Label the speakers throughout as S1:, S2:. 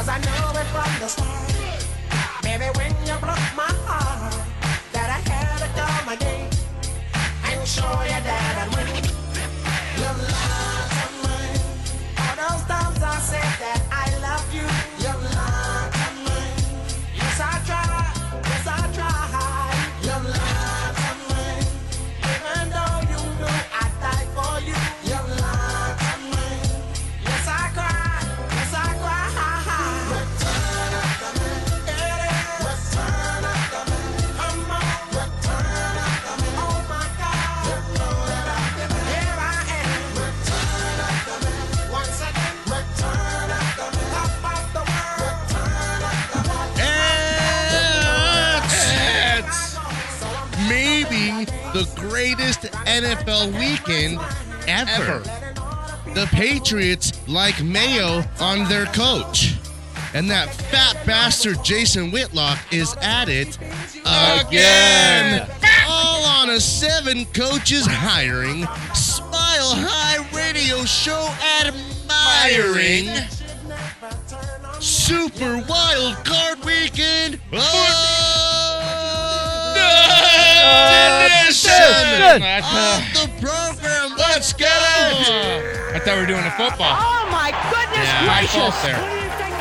S1: it from the start. Baby, when you broke my heart, that I had to come again and show you that I win. Your love of mine. All those times I said that I love you. Your love of mine. Yes, I try. Yes, I try. Your love of mine. Even though you knew I died for you. Your love of mine. Yes, I cry. Yes, I cry. Oh,
S2: It's maybe the greatest NFL weekend ever. The Patriots like Mayo on their coach. And that fat bastard Jason Whitlock is at it again. All on a seven coaches hiring, smile high radio show admiring. Super Wild Card Weekend Ah! edition on the program. Let's get it.
S3: I thought we were doing a football.
S4: Oh my goodness
S3: Yeah. My
S4: gracious!
S3: fault there.
S4: Who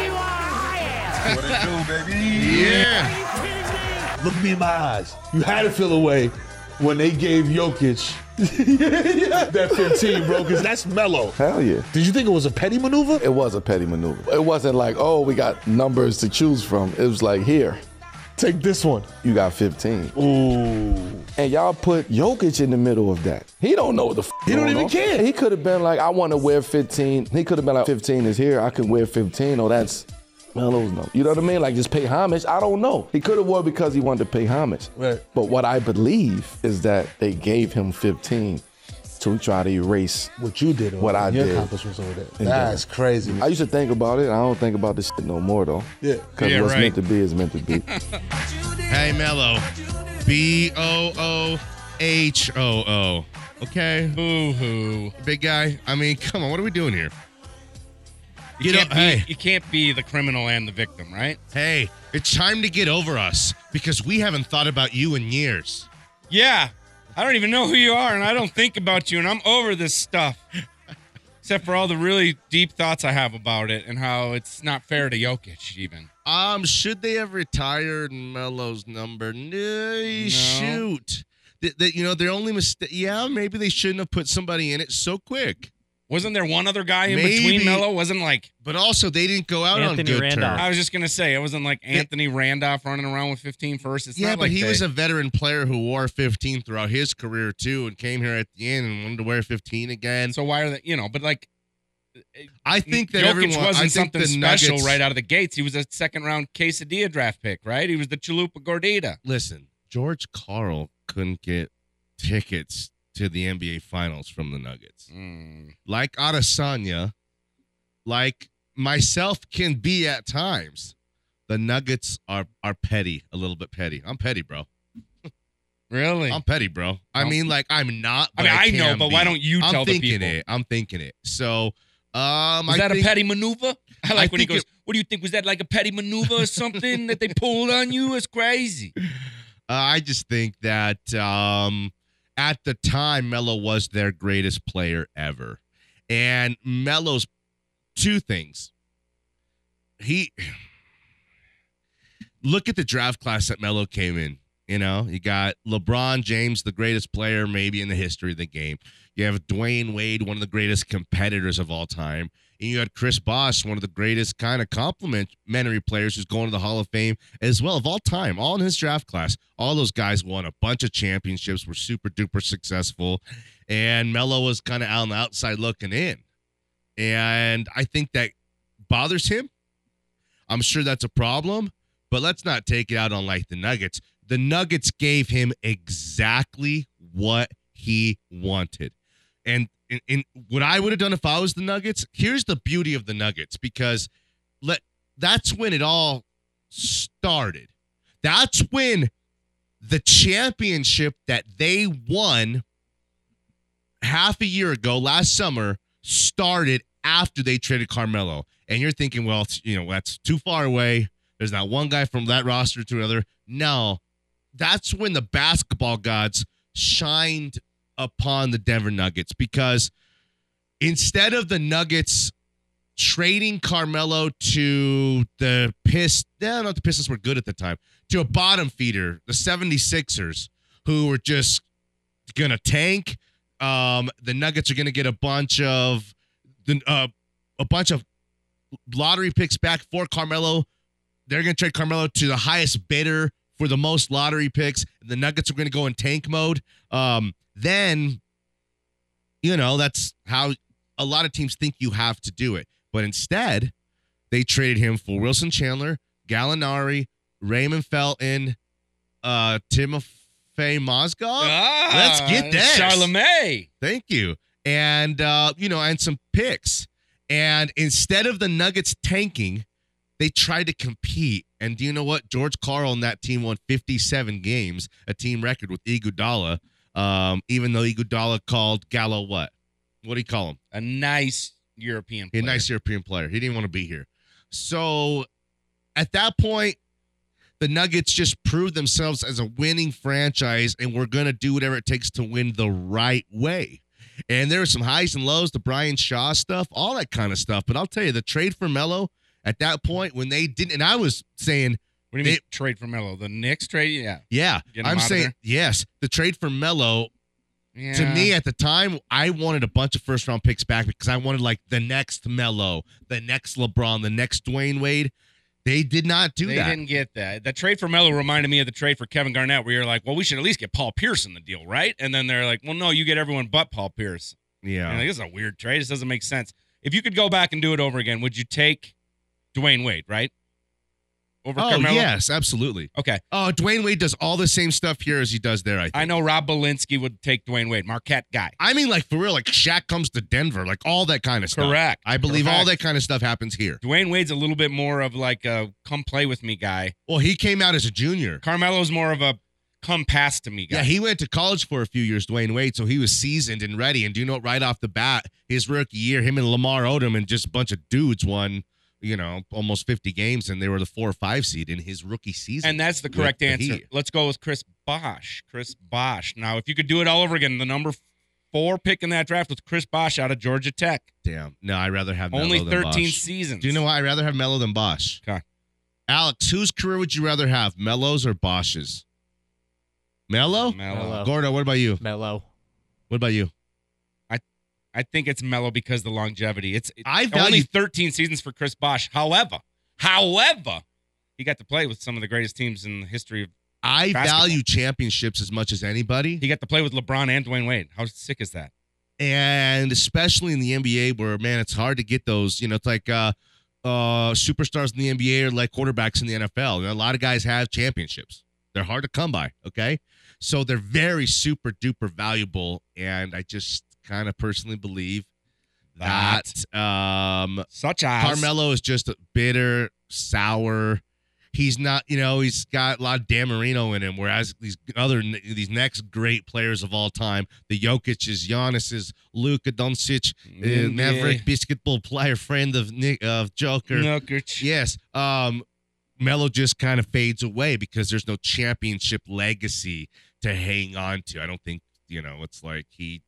S4: do you think you are? I am.
S5: What it do, baby?
S2: Yeah.
S4: Are you kidding me?
S6: Look me in my eyes. You had to feel away when they gave Jokic that 15, bro, because that's mellow.
S5: Hell yeah.
S6: Did you think it was a petty maneuver?
S5: It was a petty maneuver. It wasn't like, oh, we got numbers to choose from. It was like, here,
S6: Take this one.
S5: you got 15.
S6: Ooh.
S5: And y'all put Jokic in the middle of that. He don't know what the f-
S6: He don't
S5: going
S6: even
S5: on.
S6: care.
S5: He could have been like, I want to wear 15. He could have been like, 15 is here. I can wear 15. Oh, that's Melo's no. You know what I mean? Like just pay homage. I don't know. He could have wore because he wanted to pay homage.
S6: Right.
S5: But what I believe is that they gave him 15 to try to erase.
S6: What you did, over
S5: What
S6: there,
S5: I
S6: your
S5: did.
S6: accomplishments over there. That's crazy.
S5: I used to think about it. I don't think about this shit no more though.
S6: Yeah.
S5: Because
S2: Yeah,
S5: what's
S2: right.
S5: meant to be is meant to be.
S2: Hey, Mello. B O O H O O. Okay.
S3: Boo hoo.
S2: Big guy. I mean, come on. What are we doing here? You
S3: You,
S2: know,
S3: can't be,
S2: hey.
S3: you can't be the criminal and the victim, right?
S2: Hey, it's time to get over us because we haven't thought about you in years.
S3: Yeah. I don't even know who you are, and I don't think about you, and I'm over this stuff. Except for all the really deep thoughts I have about it and how it's not fair to Jokic, even.
S2: Um, should they have retired Melo's number? No, shoot. That, that you know, their only mistake. Yeah, maybe they shouldn't have put somebody in it so quick.
S3: Wasn't there one other guy in
S2: Maybe-
S3: between Melo? Wasn't like
S2: But also, they didn't go out
S7: Anthony
S2: on good
S7: Randolph.
S2: terms.
S3: I was just gonna say it wasn't like Anthony Randolph running around with 15 first. It's
S2: Yeah,
S3: not
S2: but
S3: like
S2: he
S3: they-
S2: was a veteran player who wore 15 throughout his career too, and came here at the end and wanted to wear 15 again.
S3: And so why are they? You know, but like
S2: I think that
S3: Jokic
S2: everyone.
S3: wasn't
S2: I think
S3: something
S2: the
S3: special
S2: Nuggets,
S3: right out of the gates. He was a second round quesadilla draft pick, right? He was the chalupa gordita.
S2: Listen, George Carl couldn't get tickets to the NBA Finals from the Nuggets.
S3: Mm.
S2: like Adesanya, like myself can be at times. The Nuggets are are petty, a little bit petty. I'm petty, bro.
S3: Really?
S2: I'm petty, bro. I
S3: I'm-
S2: mean, like I'm not. But
S3: I mean, I, know,
S2: can
S3: but
S2: be.
S3: why don't you
S2: I'm
S3: tell the
S2: thinking
S3: people?
S2: it. I'm thinking it. So, um,
S3: Was
S2: I
S3: that
S2: think,
S3: a petty maneuver? I like when he
S2: think
S3: goes,
S2: it-
S3: "What do you think? Was that like a petty maneuver or something that they pulled on you? It's crazy."
S2: Uh, I just think that um, at the time, Melo was their greatest player ever, and Melo's two things. He look at the draft class that Melo came in. You know, you got LeBron James, the greatest player maybe in the history of the game. You have Dwayne Wade, one of the greatest competitors of all time. And you had Chris Bosh, one of the greatest kind of complimentary players who's going to the Hall of Fame as well of all time, all in his draft class. All those guys won a bunch of championships, were super duper successful, and Melo was kind of on the outside looking in. And I think that bothers him. I'm sure that's a problem, but let's not take it out on like the Nuggets. The Nuggets gave him exactly what he wanted. And and, and what I would have done if I was the Nuggets, here's the beauty of the Nuggets because let that's when it all started. That's when the championship that they won half a year ago last summer started after they traded Carmelo. and you're thinking, well, it's, you know, that's too far away. There's not one guy from that roster to another. No, that's when the basketball gods shined upon the Denver Nuggets because instead of the Nuggets trading Carmelo to the Pistons, no, not the Pistons were good at the time, to a bottom feeder, the 76ers, who were just going to tank. Um, the Nuggets are going to get a bunch of the uh, a bunch of lottery picks back for Carmelo. They're going to trade Carmelo to the highest bidder for the most lottery picks. The Nuggets are going to go in tank mode. Um, then, you know, that's how a lot of teams think you have to do it. But instead, they traded him for Wilson Chandler, Gallinari, Raymond Felton, uh, Timofey Mozgov.
S3: Ah,
S2: Let's get this.
S3: Charlemagne.
S2: Thank you. And uh, you know, and some picks. And instead of the Nuggets tanking, they tried to compete. And do you know what? George Carl and that team won 57 games, a team record with Iguodala. Um, even though Iguodala called Gallo what? What do you call him?
S3: A nice European.
S2: A
S3: Player.
S2: nice European player. He didn't want to be here. So at that point, the Nuggets just proved themselves as a winning franchise, and we're going to do whatever it takes to win the right way. And there were some highs and lows, the Brian Shaw stuff, all that kind of stuff. But I'll tell you, the trade for Melo at that point, when they didn't, and I was saying,
S3: What do you
S2: They-
S3: mean trade for Melo? The Knicks trade? Yeah.
S2: yeah,
S3: Get him
S2: I'm
S3: out of
S2: saying,
S3: there.
S2: yes, the trade for Melo
S3: yeah.
S2: to me at the time, I wanted a bunch of first round picks back because I wanted like the next Melo, the next LeBron, the next Dwayne Wade. They did not do
S3: they
S2: that.
S3: didn't get that. The trade for Melo reminded me of the trade for Kevin Garnett, where you're like, well, we should at least get Paul Pierce in the deal, right? And then they're like, well, no, you get everyone but Paul Pierce.
S2: Yeah.
S3: And you're like, this is a weird trade. This doesn't make sense. If you could go back and do it over again, would you take Dwayne Wade, right? Over
S2: oh
S3: Carmelo?
S2: yes, absolutely.
S3: Okay.
S2: Oh, Dwayne Wade does all the same stuff here as he does there. I think.
S3: I know Rob Belinsky would take Dwayne Wade, Marquette guy.
S2: I mean, like for real, like Shaq comes to Denver, like all that kind of stuff.
S3: Correct.
S2: I believe all
S3: Correct.
S2: that kind of stuff happens here.
S3: Dwayne Wade's a little bit more of like a come play with me guy.
S2: Well, he came out as a junior.
S3: Carmelo's more of a come pass to me guy.
S2: Yeah, he went to college for a few years, Dwayne Wade, so he was seasoned and ready. And do you know what, right off the bat, his rookie year, him and Lamar Odom and just a bunch of dudes won, you know, almost 50 games, and they were the four or five seed in his rookie season.
S3: and that's the correct
S2: with the
S3: answer.
S2: Heat.
S3: Let's go with Chris Bosch. Chris Bosch. Now, if you could do it all over again, the number four pick in that draft was Chris Bosch out of Georgia Tech.
S2: Damn. No, I'd rather have
S3: Only
S2: Melo than
S3: 13
S2: Bosch.
S3: seasons.
S2: Do you know why I'd rather have Melo than Bosch?
S3: Okay.
S2: Alex, whose career would you rather have, Melo's or Bosch's? Melo?
S3: Mello.
S2: Gordo, what about you?
S7: Mellow.
S2: What about you?
S3: I think it's Mello because the longevity. It's it-
S2: I
S3: only
S2: value-
S3: 13 seasons for Chris Bosch. However, however, he got to play with some of the greatest teams in the history of.
S2: I
S3: Basketball.
S2: value championships as much as anybody.
S3: He got to play with LeBron and Dwayne Wade. How sick is that?
S2: and especially in the NBA, where man, it's hard to get those. You know, it's like uh, uh, superstars in the NBA are like quarterbacks in the NFL. You know, a lot of guys have championships; they're hard to come by. Okay, so they're very super duper valuable, and I just kind of personally believe that, um,
S3: Such as
S2: Carmelo is just a bitter, sour. He's not, you know, he's got a lot of Dan Marino in him. Whereas these other, these next great players of all time, the Jokic's, Giannis's, Luka Doncic, uh,
S3: NBA.
S2: Maverick basketball player friend of Nick of Joker.
S3: Nurkic.
S2: Yes, um, Melo just kind of fades away because there's no championship legacy to hang on to. I don't think you know. It's like he,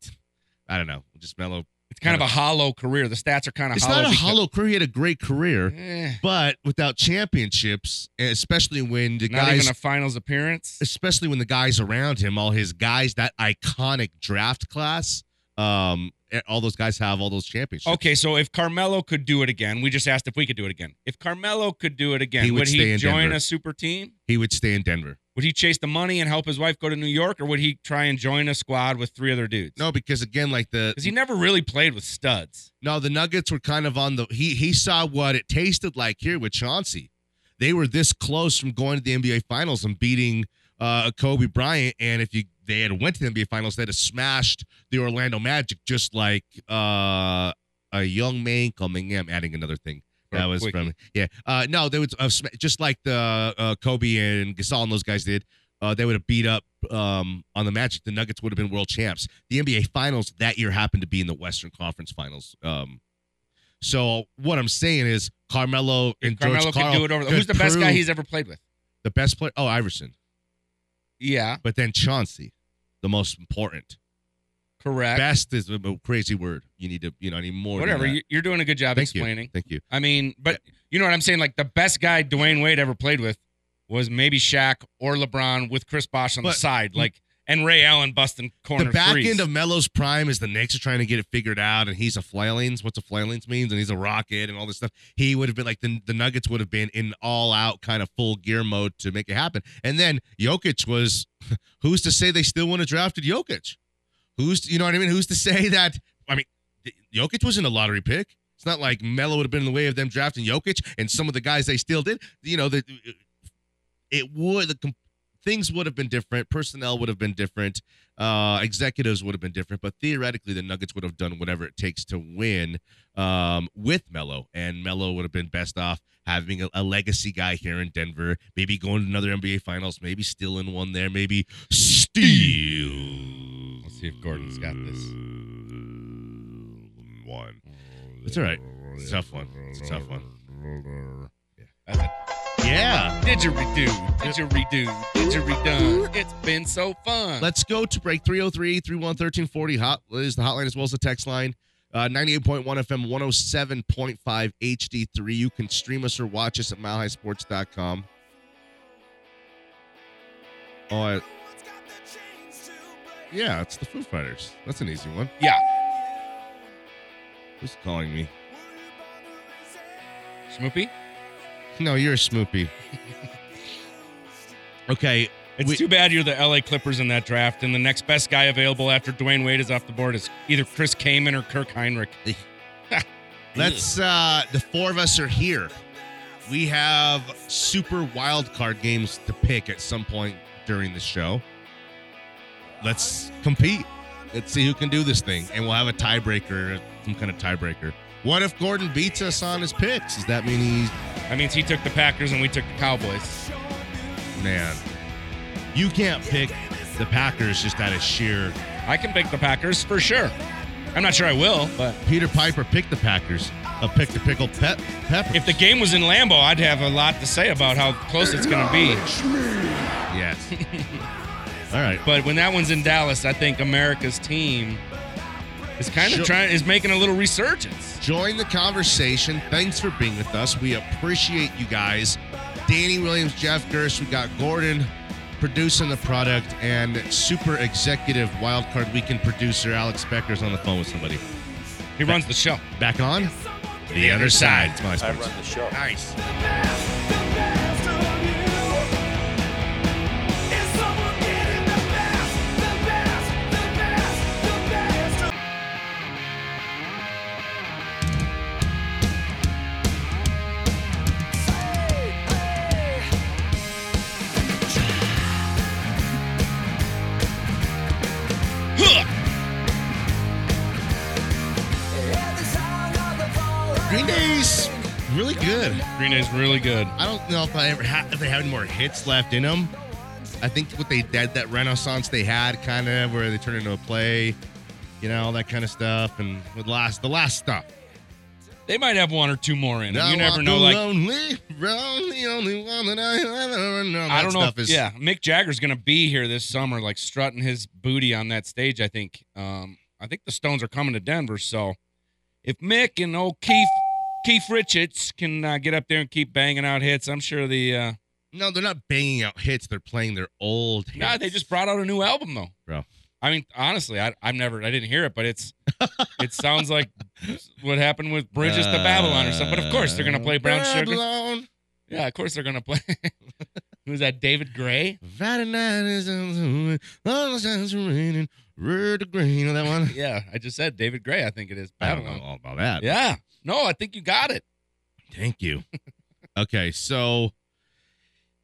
S2: I don't know. Just Melo.
S3: It's kind of a hollow career. The stats are kind of
S2: It's
S3: hollow.
S2: not a
S3: because-
S2: hollow career. He had a great career.
S3: Eh,
S2: But without championships, and especially when the
S3: not
S2: guys,
S3: even a finals appearance.
S2: especially when the guys around him, all his guys, that iconic draft class, um, eh, all those guys have all those championships.
S3: Okay, so if Carmelo could do it again, we just asked if we could do it again. If Carmelo could do it again,
S2: He would
S3: would,
S2: stay
S3: he
S2: in
S3: join
S2: Denver.
S3: a super team?
S2: He would stay in Denver.
S3: Would he chase the money and help his wife go to New York, or would he try and join a squad with three other dudes?
S2: No, because again, like the
S3: because he never really played with studs.
S2: no, the Nuggets were kind of on the he he saw what it tasted like here with Chauncey. They were this close from going to the NBA Finals and beating uh, Kobe Bryant, and if you they had went to the NBA Finals, they'd have smashed the Orlando Magic, just like uh, a young man coming in. I'm adding another thing. That
S3: Or
S2: was
S3: Wiki.
S2: from yeah. Uh, no, they would have sm- just like the uh, Kobe and Gasol and those guys did. Uh, they would have beat up um, on the Magic. The Nuggets would have been world champs. The NBA Finals that year happened to be in the Western Conference Finals. Um, So what I'm saying is Carmelo and
S3: Carmelo
S2: George
S3: can
S2: Karl
S3: do it over.
S2: could
S3: Who's the best guy
S2: prove
S3: he's ever played with?
S2: the best player? Oh, Iverson.
S3: Yeah,
S2: But then Chauncey, the most important.
S3: correct.
S2: Best is a crazy word. You need to, you know, I need more. than
S3: Whatever.
S2: that.
S3: You- You're doing a good job
S2: Thank
S3: explaining.
S2: you. Thank you.
S3: I mean, but you know what I'm saying? Like the best guy Dwayne Wade ever played with was maybe Shaq or LeBron with Chris Bosh on the
S2: But-
S3: side, like and Ray Allen busting corner
S2: the back
S3: threes.
S2: end of Melo's prime is the Knicks are trying to get it figured out, and he's a flailings. What's a flailings means? And he's a rocket and all this stuff. He would have been like the, the Nuggets would have been in all out kind of full gear mode to make it happen. And then Jokic was, who's to say they still wouldn't have drafted Jokic? Who's you know what I mean? Who's to say that? I mean, Jokic wasn't a lottery pick. It's not like Melo would have been in the way of them drafting Jokic and some of the guys they still did. You know that it would the com- things would have been different. Personnel would have been different. Uh, executives would have been different. But theoretically, the Nuggets would have done whatever it takes to win um, with Melo, and Melo would have been best off having a, a legacy guy here in Denver. Maybe going to another NBA Finals. Maybe still in one there. Maybe steal.
S3: Let's see if Gordon's got this.
S2: One. It's all right. It's a tough one. It's a tough one.
S3: That's it.
S2: Yeah.
S3: Didgeridoo, didgeridoo, didgeridoo. It's been so fun.
S2: Let's go to break 303 313 1340 oh, hot is the hotline as well as the text line. Uh, 98.1 FM, 107.5 HD3. You can stream us or watch us at milehighsports.com. Oh, I, yeah, it's the Foo Fighters. That's an easy one.
S3: yeah,
S2: Who's calling me?
S3: Schmoopy.
S2: No, you're a Smoopy. okay.
S3: It's
S2: we-
S3: too bad you're the LA Clippers in that draft, and the next best guy available after Dwayne Wade is off the board is either Chris Kaman or Kirk Heinrich.
S2: Let's uh the four of us are here. We have super wild card games to pick at some point during the show. Let's compete. Let's see who can do this thing. And we'll have a tiebreaker, some kind of tiebreaker. What if Gordon beats us on his picks? Does that mean he's
S3: That means he took the Packers and we took the Cowboys.
S2: man? You can't pick the Packers just out of sheer
S3: I can pick the Packers for sure. I'm not sure I will, but
S2: uh, Peter Piper picked the Packers. A pick the pickle pep pepper.
S3: if the game was in Lambeau, I'd have a lot to say about how close it's going to be.
S2: yes. All right.
S3: But when that one's in Dallas, I think America's team is kind of
S2: Sure.
S3: trying is making a little resurgence.
S2: Join the conversation. Thanks for being with us. We appreciate you guys. Danny Williams, Jeff Gersh, we got Gordon producing the product, and super executive wildcard weekend producer Alex Becker's on the phone with somebody.
S3: He runs the show.
S2: Back on the other side. It's my sports.
S7: run the show.
S2: Nice. Green Day's really good.
S3: Green Day's really good.
S2: I don't know if I ever ha- if they have any more hits left in them. I think what they did that renaissance they had kind of where they turned into a play, you know, all that kind of stuff, and with last the last stuff.
S3: They might have one or two more in. 'em.
S2: Now
S3: You never
S2: I'm
S3: know.
S2: the
S3: Like
S2: lonely, round, the only one that I have ever known.
S3: I
S2: That
S3: don't know.
S2: Stuff
S3: If,
S2: is,
S3: yeah, Mick Jagger's gonna be here this summer, like strutting his booty on that stage. I think. Um, I think the Stones are coming to Denver. So if Mick and old Keith Keith Richards can uh, get up there and keep banging out hits, I'm sure the. Uh,
S2: No, they're not banging out hits. They're playing their old. Hits.
S3: Nah, they just brought out a new album though,
S2: Bro.
S3: I mean, honestly, I I've never I didn't hear it, but it's it sounds like what happened with Bridges to Babylon or something. But of course, they're gonna play Brown Sugar.
S2: Babylon.
S3: Yeah, of course they're gonna play. Who's that? David Gray.
S2: Friday night is all the signs are raining. Red to green. You know that one?
S3: Yeah, I just said David Gray. I think it is
S2: I don't know
S3: Babylon.
S2: all about that.
S3: Yeah. No, I think you got it.
S2: Thank you. okay, so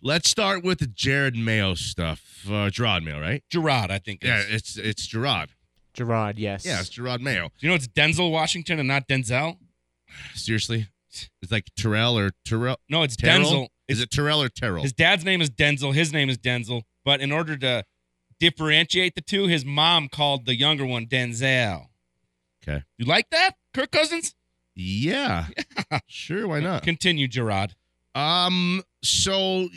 S2: let's start with the Jared Mayo stuff. Uh, Gerard Mayo, right?
S3: Gerard, I think.
S2: Yeah,
S3: Yeah. Do
S2: it's it's Gerard.
S7: Gerard, yes.
S2: Yeah, it's Gerard Mayo.
S3: you know it's Denzel Washington and not Denzel?
S2: Seriously, it's like Terrell or Terrell.
S3: No, it's
S2: Terrell?
S3: Denzel.
S2: Is it Terrell or Terrell?
S3: His dad's name is Denzel. His name is Denzel. But in order to differentiate the two, his mom called the younger one Denzel.
S2: Okay.
S3: You like that, Kirk Cousins?
S2: Yeah. Sure, why not?
S3: Continue, Gerard.
S2: Um. So,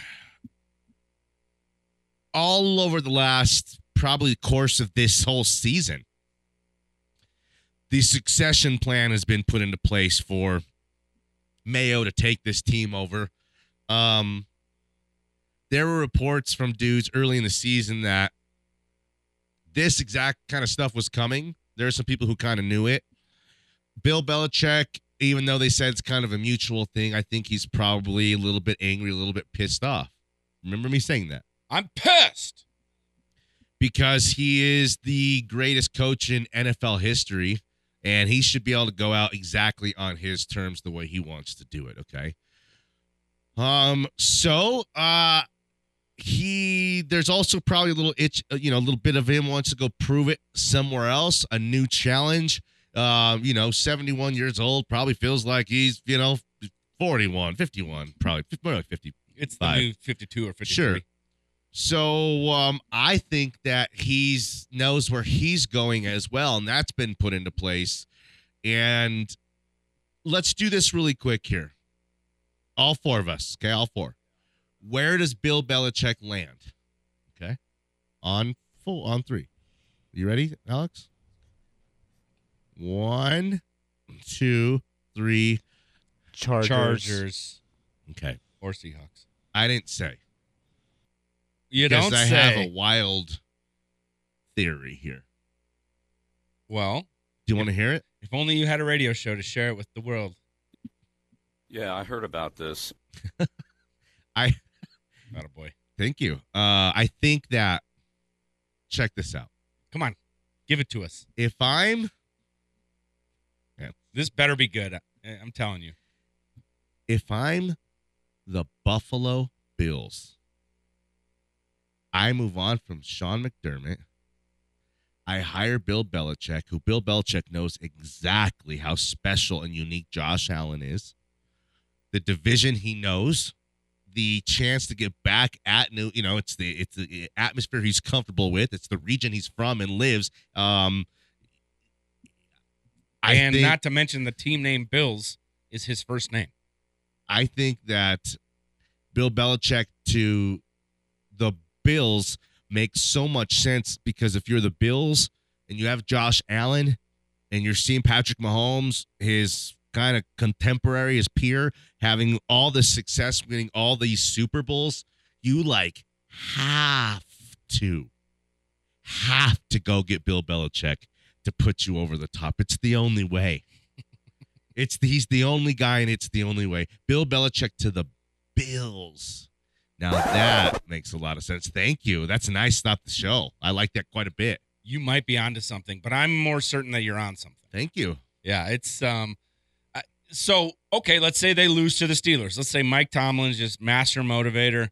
S2: all over the last probably course of this whole season, the succession plan has been put into place for Mayo to take this team over. Um. There were reports from dudes early in the season that this exact kind of stuff was coming. There are some people who kind of knew it. Bill Belichick, even though they said it's kind of a mutual thing, I think he's probably a little bit angry, a little bit pissed off. Remember me saying that?
S3: I'm pissed.
S2: Because he is the greatest coach in NFL history, and he should be able to go out exactly on his terms the way he wants to do it, okay? Um, so uh he there's also probably a little itch, uh, you know, a little bit of him wants to go prove it somewhere else, a new challenge um, you know, 71 years old, probably feels like he's, you know, 41, 51, probably f- more like 50.
S3: It's the
S2: Five.
S3: new 52 or 53.
S2: Sure. So um, I think that he's knows where he's going as well, and that's been put into place. And let's do this really quick here. All four of us, okay, all four. Where does Bill Belichick land? Okay, on full on three. You ready, Alex? One, two, three.
S7: Chargers.
S3: Chargers
S2: Okay,
S3: or Seahawks.
S2: I didn't say.
S3: You
S2: Because
S3: don't
S2: I
S3: say.
S2: have a wild theory here.
S3: well,
S2: Do you want to hear it?
S3: if only you had a radio show to share it with the world.
S8: Yeah, I heard about this.
S3: Not a boy.
S2: Thank you. Uh, I think that. Check this out.
S3: Come on, give it to us.
S2: If I'm
S3: This better be good. I- I'm telling you.
S2: if I'm the Buffalo Bills, I move on from Sean McDermott. I hire Bill Belichick, who Bill Belichick knows exactly how special and unique Josh Allen is. The division he knows, the chance to get back at new, you know, it's the it's the atmosphere he's comfortable with. It's the region he's from and lives. Um, I
S3: and
S2: think-
S3: not to mention the team name Bills is his first name.
S2: I think that Bill Belichick to the Bills makes so much sense because if you're the Bills and you have Josh Allen and you're seeing Patrick Mahomes, his kind of contemporary, his peer, having all the success, winning all these Super Bowls, you like have to, have to go get Bill Belichick to put you over the top. It's the only way. It's the, he's the only guy, and it's the only way. Bill Belichick to the Bills. Now that makes a lot of sense. Thank you. That's a nice stop the show. I like that quite a bit.
S3: You might be onto something, but I'm more certain that you're on something.
S2: Thank you.
S3: Yeah, it's um, I, so okay. Let's say they lose to the Steelers. Let's say Mike Tomlin's just master motivator,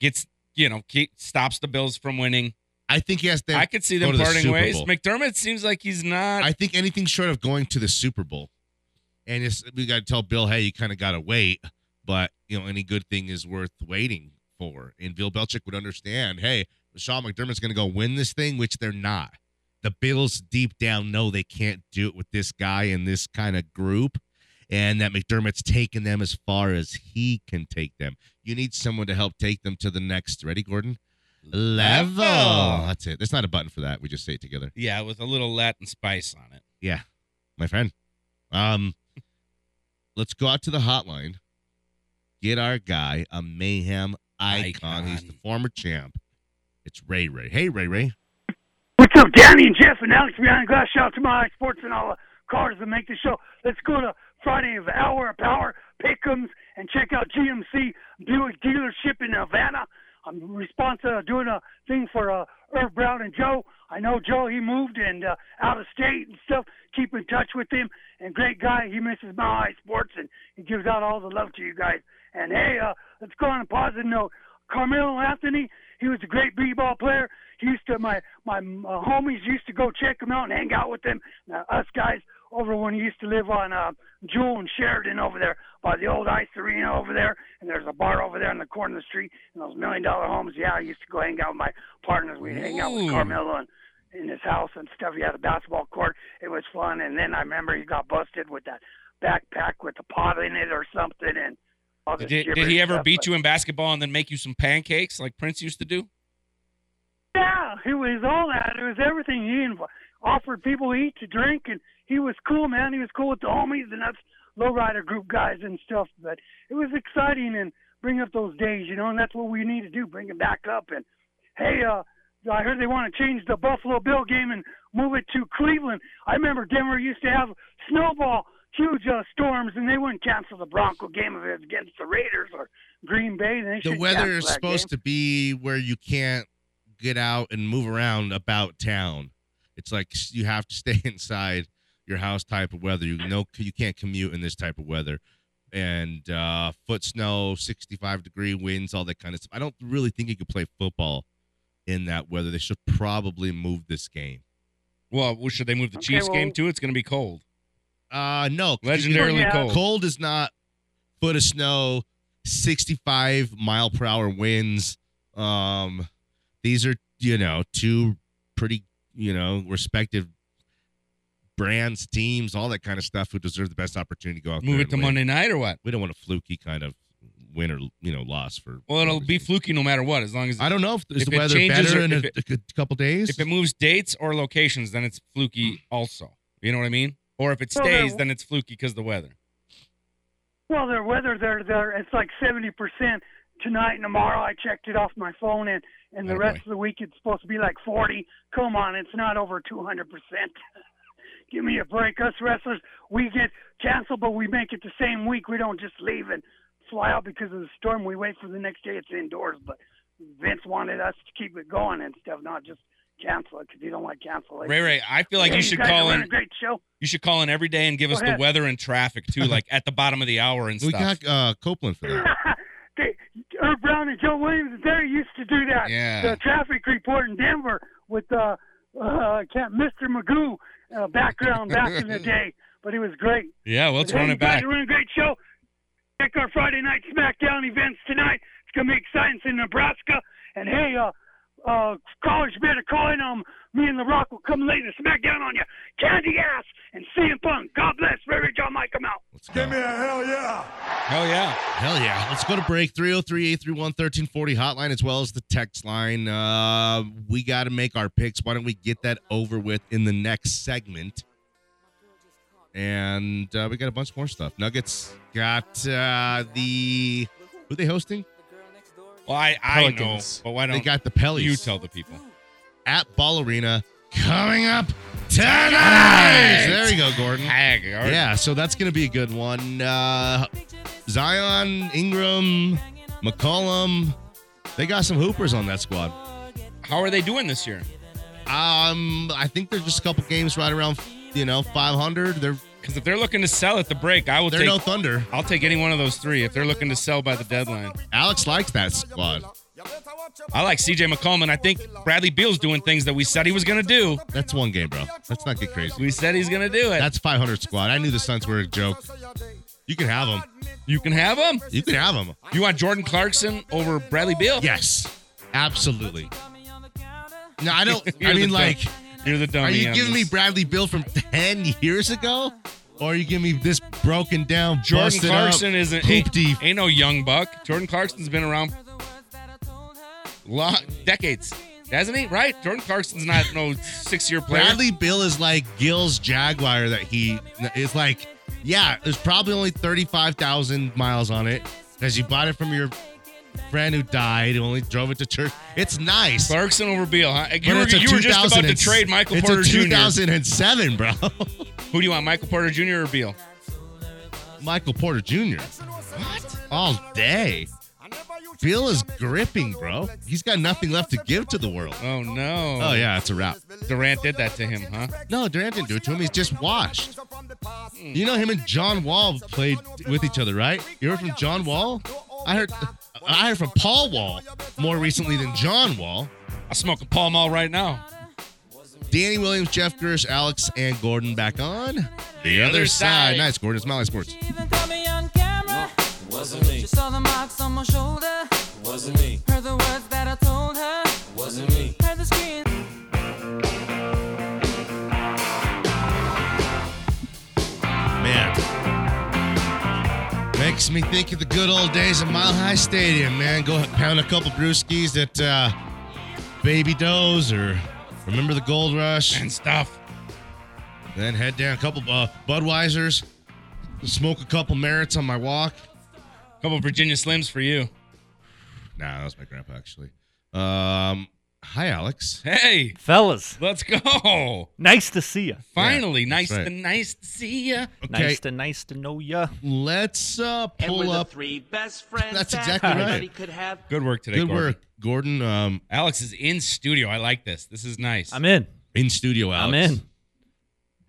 S3: gets you know keep, stops the Bills from winning.
S2: I think he has to.
S3: I
S2: I,
S3: could see
S2: go
S3: them
S2: to the
S3: parting
S2: Super
S3: ways.
S2: Bowl.
S3: McDermott seems like he's not.
S2: think anything short of going to the Super Bowl, and it's, we got to tell Bill, hey, you kind of got to wait. But you know, any good thing is worth waiting for. And Bill Belichick would understand. Hey, Sean McDermott's going to go win this thing, which they're not. The Bills deep down know they can't do it with this guy and this kind of group. and that McDermott's taken them as far as he can take them. You need someone to help take them to the next. Ready, Gordon? Level.
S3: Level.
S2: That's it. There's not a button for that. We just say it together.
S3: yeah, with a little Latin spice on it.
S2: Yeah, my friend. Um, let's go out to the hotline. Get our guy a mayhem icon. He's the
S3: Icon.
S2: former champ. It's Ray Ray. Hey, Ray Ray.
S9: What's up, Danny and Jeff and Alex behind glass? Shout out to my sports and all the cars that make the show. Let's go to Friday of Hour of Power Pickums and check out GMC Buick dealership in Havana. I'm responsible doing a thing for uh, Irv Brown and Joe. I know Joe. He moved and uh, out of state and stuff. Keep in touch with him. And great guy. He misses my eye sports and he gives out all the love to you guys. And hey, uh, let's go on a positive note. Carmelo Anthony, he was a great b-ball player. He used to my my uh, homies used to go check him out and hang out with him. Uh, us guys over when he used to live on uh, Jewel and Sheridan over there by the old ice arena over there, and there's a bar over there in the corner of the street and those million dollar homes. Yeah, I used to go hang out with my partners. We'd hang out
S3: Ooh.
S9: with Carmelo and in his house and stuff. He had a basketball court. It was fun. And then I remember he got busted with that backpack with a pot in it or something. And all this
S3: Did, did
S9: gibberish
S3: he ever
S9: stuff,
S3: beat
S9: but-
S3: you in basketball and then make you some pancakes like Prince used to do?
S9: Yeah, it was all that. It was everything. He inv- offered people to eat, to drink, and he was cool, man. He was cool with the homies and us lowrider group guys and stuff. But it was exciting and bring up those days, you know. And that's what we need to do, bring it back up. And hey, uh, I heard they want to change the Buffalo Bill game and move it to Cleveland. I remember Denver used to have snowball huge uh, storms, and they wouldn't cancel the Bronco game if it was against the Raiders or Green Bay. They
S2: the
S9: should
S2: weather
S9: cancel
S2: is
S9: that game.
S2: supposed to be where you can't get out and move around about town. It's like s- you have to stay inside your house type of weather. You know you can't commute in this type of weather. And uh, foot snow, 65 degree winds, all that kind of stuff. I don't really think you could play football in that weather. They should probably move this game.
S3: Well, well, should they move the
S9: Okay,
S3: Chiefs game
S9: well-
S3: too? It's going to be cold.
S2: Uh no, 'cause you-
S3: Legendarily
S9: Yeah.
S3: cold.
S2: Cold is not foot of snow, 65 mile per hour winds. Um, these are, you know, two pretty, you know, respective brands, teams, all that kind of stuff who deserve the best opportunity to go out
S3: Move
S2: there
S3: it
S2: and
S3: to
S2: win.
S3: Monday night or what?
S2: We don't want a fluky kind of win or, you know, loss for.
S3: Well, it'll be
S2: fluky.
S3: fluky no matter what, as long as
S2: I don't know if is
S3: If
S2: the
S3: it
S2: weather
S3: changes
S2: better
S3: or
S2: in a,
S3: if it-
S2: a good couple days.
S3: if it moves dates or locations, then it's
S2: Mm.
S3: fluky also. You know what I mean? Or if it
S9: Well, there-
S3: stays, then it's fluky because the weather.
S9: Well, their weather, they're, they're, it's like 70% tonight and tomorrow. I checked it off my phone, and, and the
S3: Attaboy.
S9: rest of the week it's supposed to be like 40. Come on, it's not over 200%. Give me a break. Us wrestlers, we get canceled, but we make it the same week. We don't just leave and fly out because of the storm. We wait for the next day. It's indoors, but Vince wanted us to keep it going and stuff, not just cancel it because he don't want cancellation.
S3: Ray Ray, I feel like
S9: Hey,
S3: you should
S9: guys
S3: call
S9: are running
S3: in.
S9: A great show.
S3: You should call in every day and give
S9: Go
S3: us the
S9: ahead.
S3: weather and traffic too, like at the bottom of the hour and
S2: we
S3: stuff.
S2: got uh, Copeland for that.
S9: they, Herb uh, Brown and Joe Williams, they used to do that.
S3: Yeah.
S9: The traffic report in Denver with uh, uh, can't- Mr. Magoo uh, background back in the day, but it was great.
S3: yeah, well, let's
S9: Hey,
S3: run
S9: you
S3: it
S9: guys
S3: back.
S9: are doing a great show. Check our Friday night SmackDown events tonight. It's gonna be exciting in Nebraska. And hey, uh, uh, callers better call in on me and The Rock will come lay the SmackDown on you. Candy ass and CM Punk. God bless. Ray Ray John Mike, I'm out.
S2: Let's go.
S3: Hell yeah.
S2: Hell yeah. Let's go to break 303 831 1340 hotline as well as the text line. Uh, we got to make our picks. Why don't we get that over with in the next segment? And uh, we got a bunch more stuff. Nuggets got uh, the. Who they hosting?
S3: Well, I, I know,
S6: Pelicans.
S3: but why
S2: They
S3: don't
S2: got the Pellies
S3: you tell the people?
S2: at Ball Arena coming up tonight. There you go, Gordon.
S3: Yeah.
S2: Yeah, so that's going to be a good one. Uh, Zion, Ingram, McCollum, they got some hoopers on that squad.
S3: How are they doing this year?
S2: Um, I think there's just a couple games right around, you know, 500. They're
S3: Because if they're looking to sell at the break, I will
S2: they're
S3: take.
S2: no thunder.
S3: I'll take any one of those three if they're looking to sell by the deadline.
S2: Alex likes that squad.
S3: I like CJ McCollum, and I think Bradley Beal's doing things that we said he was going to do.
S2: That's one game, bro. Let's not get crazy.
S3: We said he's going to do it.
S2: That's 500 squad. I knew the Suns were a joke. You can have them.
S3: you can have him.
S2: You can have them.
S3: You want Jordan Clarkson over Bradley Beal?
S2: Yes, absolutely. No, I don't.
S3: You're
S2: I
S3: the
S2: mean,
S3: dumb-
S2: like,
S3: you're the E dummy.
S2: are you
S3: on
S2: giving me
S3: this.
S2: Bradley Bill from 10 years ago? Or are you giving me this broken down,
S3: Jordan
S2: busted
S3: Clarkson
S2: up,
S3: isn't ain't,
S2: hoopty
S3: ain't no young buck. Jordan Clarkson's been around long, decades, hasn't he? Right? Jordan Clarkson's not no six year player.
S2: Bradley Bill is like Gill's Jaguar that he is like, yeah, there's probably only 35,000 miles on it because you bought it from your friend who died who only drove it to church. It's nice.
S3: Clarkson over Beal, huh?
S2: but
S3: You, were,
S2: it's a
S3: you were just
S2: 2000
S3: about to
S2: and-
S3: trade Michael
S2: it's
S3: Porter
S2: a
S3: Jr.
S2: 2007, bro.
S3: Who do you want, Michael Porter Jr. or Beal?
S2: Michael Porter Jr. What? All day. Bill is gripping, bro. He's got nothing left to give to the world.
S3: Oh no!
S2: Oh, yeah, it's a wrap.
S3: Durant did that to him, huh?
S2: No, Durant didn't do it to him. He's just washed. You know him and John Wall played with each other, right? You heard from John Wall? I heard I heard from Paul Wall more recently than John Wall.
S3: I smoke a Pall Mall right now.
S2: Danny Williams, Jeff Gersh, Alex, and Gordon back on the other side. Nice, Gordon. It's Mally Sports.
S7: Even caught me on camera. wasn't me. She saw the marks on my shoulder. Wasn't me. Heard the words that I told her. Wasn't me. Heard the scream.
S2: Makes me think of the good old days of Mile High Stadium, man. Go pound a couple brewskis at uh, Baby Doe's or remember the Gold Rush.
S3: and stuff.
S2: Then head down a couple uh, Budweisers, smoke a couple Merits on my walk.
S3: A couple Virginia Slims for you.
S2: Nah, that was my grandpa actually. Um, hi Alex.
S3: Hey,
S10: Fellas,
S3: let's go.
S10: nice to see you.
S3: Finally, nice
S2: right.
S3: to nice to see ya.
S2: Okay,
S10: Nice to nice to know ya.
S2: let's uh, pull up.
S1: three best friends
S2: That's exactly right.
S1: could have.
S3: Good work today.
S2: Good
S3: Gordon.
S2: work, Gordon. Um,
S3: Alex is in studio. I like this. This is nice.
S10: I'm in.
S2: in studio, Alex.
S10: I'm in.